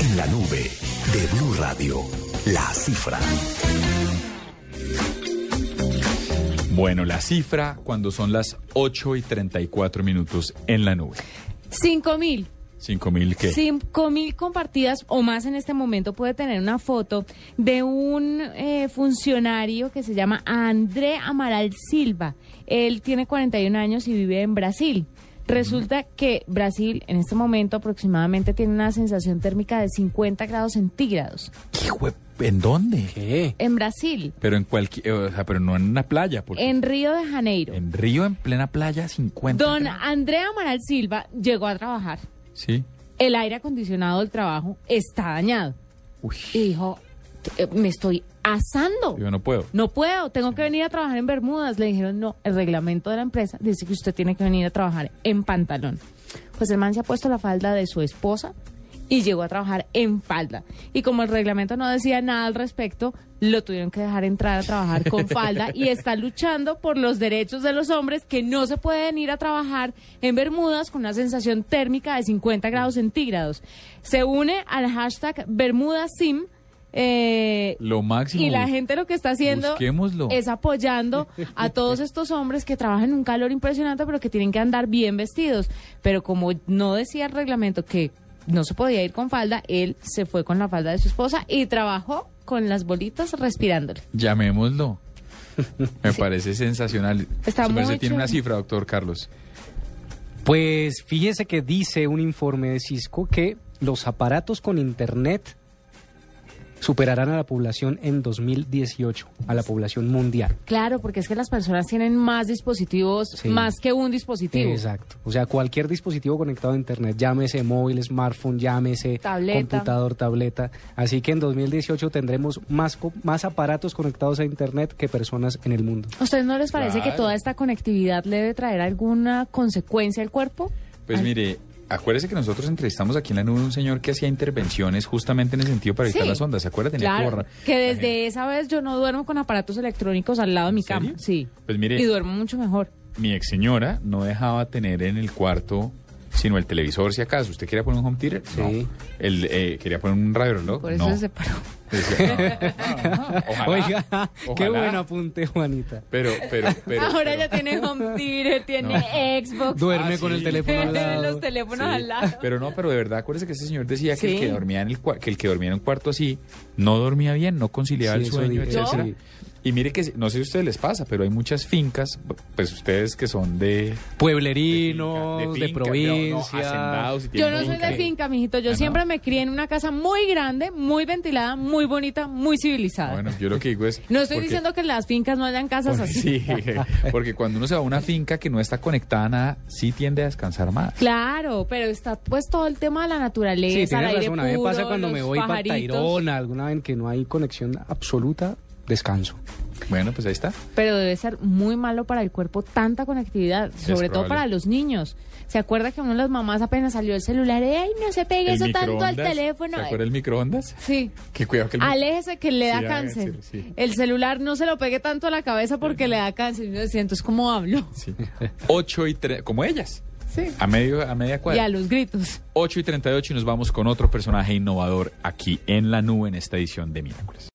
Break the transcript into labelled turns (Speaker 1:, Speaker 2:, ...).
Speaker 1: En la nube de Blue Radio, la cifra.
Speaker 2: Bueno, la cifra cuando son las 8 y 34 minutos en la nube.
Speaker 3: 5 mil.
Speaker 2: ¿Cinco mil qué?
Speaker 3: 5 mil compartidas o más en este momento puede tener una foto de un eh, funcionario que se llama André Amaral Silva. Él tiene 41 años y vive en Brasil. Resulta que Brasil en este momento aproximadamente tiene una sensación térmica de 50 grados centígrados.
Speaker 2: Hijo de- ¿En dónde?
Speaker 4: ¿Qué?
Speaker 3: En Brasil,
Speaker 2: Pero en cualquier, o sea, pero no en una playa, porque
Speaker 3: en Río de Janeiro.
Speaker 2: en Río, en plena playa, 50.
Speaker 3: Don André Amaral Silva llegó a trabajar.
Speaker 2: Sí.
Speaker 3: El aire acondicionado del trabajo está dañado.
Speaker 2: Uy,
Speaker 3: Y dijo, "Eh, me estoy asando.
Speaker 2: yo no puedo.
Speaker 3: No puedo, tengo que venir a trabajar en Bermudas. Le dijeron, no, el reglamento de la empresa dice que usted tiene que venir a trabajar en pantalón. Pues el man se ha puesto la falda de su esposa y llegó a trabajar en falda. Y como el reglamento no decía nada al respecto, lo tuvieron que dejar entrar a trabajar con falda y está luchando por los derechos de los hombres que no se pueden ir a trabajar en Bermudas con una sensación térmica de 50 grados centígrados. Se une al hashtag BermudaSim. Eh,
Speaker 2: Lo máximo.
Speaker 3: y la gente lo que está haciendo
Speaker 2: Busquémoslo.
Speaker 3: es apoyando a todos estos hombres que trabajan en un calor impresionante, pero que tienen que andar bien vestidos. Pero como no decía el reglamento que no se podía ir con falda, él se fue con la falda de su esposa y trabajó con las bolitas respirándole.
Speaker 2: Llamémoslo. Me parece sensacional.
Speaker 3: Está
Speaker 2: Se me parece
Speaker 3: muy
Speaker 2: tiene una
Speaker 3: chévere.
Speaker 2: cifra, doctor Carlos.
Speaker 4: Pues fíjese que dice un informe de Cisco que los aparatos con internet superarán a la población en 2018, a la población mundial.
Speaker 3: Claro, porque es que las personas tienen más dispositivos,
Speaker 4: Sí.
Speaker 3: más que un dispositivo.
Speaker 4: Exacto. O sea, cualquier dispositivo conectado a internet, llámese móvil, smartphone, llámese
Speaker 3: Tableta.
Speaker 4: computador, tableta. Así que en 2018 tendremos más, co- más aparatos conectados a internet que personas en el mundo.
Speaker 3: ¿A ¿Ustedes no les parece
Speaker 2: Claro.
Speaker 3: que toda esta conectividad le debe traer alguna consecuencia al cuerpo?
Speaker 2: Pues
Speaker 3: Ay.
Speaker 2: mire, acuérdese que nosotros entrevistamos aquí en la nube un señor que hacía intervenciones justamente en el sentido para evitar
Speaker 3: Sí.
Speaker 2: las ondas. ¿Se acuerda? Tenía
Speaker 3: Claro,
Speaker 2: borrar.
Speaker 3: que
Speaker 2: La
Speaker 3: desde
Speaker 2: gente-
Speaker 3: esa vez yo no duermo con aparatos electrónicos al lado de mi
Speaker 2: ¿En serio?
Speaker 3: cama. Sí.
Speaker 2: Pues mire-
Speaker 3: Y duermo mucho mejor.
Speaker 2: mi ex señora no dejaba tener en el cuarto sino el televisor si acaso. ¿Usted quería poner un home theater?
Speaker 4: Sí.
Speaker 2: No. El, eh, ¿Quería poner un radio reloj?
Speaker 3: Por eso
Speaker 2: no.
Speaker 3: se separó.
Speaker 2: Decía, no, no, no, ojalá,
Speaker 4: Oiga, qué
Speaker 2: ojalá.
Speaker 4: buen apunte, Juanita.
Speaker 2: Pero, pero, pero.
Speaker 3: Ahora
Speaker 2: pero-
Speaker 3: ya tiene home theater, tiene
Speaker 2: No.
Speaker 3: Xbox.
Speaker 4: Duerme
Speaker 2: Ah,
Speaker 4: con
Speaker 2: sí.
Speaker 4: el teléfono al lado.
Speaker 3: los teléfonos
Speaker 2: Sí,
Speaker 3: al lado.
Speaker 2: Pero no, pero de verdad, acuérdese que ese señor decía que, el
Speaker 3: Sí.
Speaker 2: que, dormía en el, cua- que el que dormía en un cuarto así no dormía bien, no conciliaba
Speaker 4: Sí,
Speaker 2: el
Speaker 4: eso
Speaker 2: sueño,
Speaker 4: dije,
Speaker 2: etcétera.
Speaker 4: sí.
Speaker 2: Y mire que, no sé si a ustedes les pasa, pero hay muchas fincas, pues ustedes que son de...
Speaker 4: Pueblerinos, de,
Speaker 2: finca, de finca,
Speaker 4: provincia.
Speaker 2: no, no, hacendados y
Speaker 3: Yo
Speaker 2: tienen
Speaker 3: no soy
Speaker 2: finca.
Speaker 3: de finca, mijito. Yo
Speaker 2: Ah, ¿no?
Speaker 3: siempre me crié en una casa muy grande, muy ventilada, muy bonita, muy civilizada.
Speaker 2: Bueno, yo lo que digo es...
Speaker 3: Ah. no estoy
Speaker 2: porque-
Speaker 3: diciendo que en las fincas no hayan casas
Speaker 2: porque-
Speaker 3: así.
Speaker 2: Sí, porque cuando uno se va a una finca que no está conectada a nada, sí tiende a descansar más.
Speaker 3: Claro, pero está pues todo el tema de la naturaleza,
Speaker 4: Sí,
Speaker 3: el
Speaker 4: tienes
Speaker 3: aire
Speaker 4: razón. A mí me
Speaker 3: puro,
Speaker 4: pasa cuando me
Speaker 3: los
Speaker 4: voy para
Speaker 3: pajaritos.
Speaker 4: Tayrona, alguna vez en que no hay conexión absoluta, descanso.
Speaker 2: Bueno, pues ahí está.
Speaker 3: Pero debe ser muy malo para el cuerpo tanta conectividad, sobre todo
Speaker 2: probable.
Speaker 3: para los niños. ¿Se acuerda que una de las mamás apenas salió el celular? ¡Ay, no se pegue
Speaker 2: El
Speaker 3: eso tanto al
Speaker 2: microondas,
Speaker 3: teléfono!
Speaker 2: ¿Se acuerda el microondas?
Speaker 3: Sí.
Speaker 2: Que cuidado que el
Speaker 3: Aléjese que le
Speaker 2: Sí,
Speaker 3: da
Speaker 2: a ver,
Speaker 3: cáncer.
Speaker 2: sí, sí.
Speaker 3: El celular no se lo pegue tanto a la cabeza porque le da cáncer. Y uno decía, entonces, ¿cómo hablo?
Speaker 2: Sí. 8 y 3, como ellas.
Speaker 3: Sí.
Speaker 2: A, medio, a media
Speaker 3: Y a
Speaker 2: cuadra.
Speaker 3: los gritos.
Speaker 2: 8 y 38 y nos vamos con otro personaje innovador aquí en la nube en esta edición de miércoles.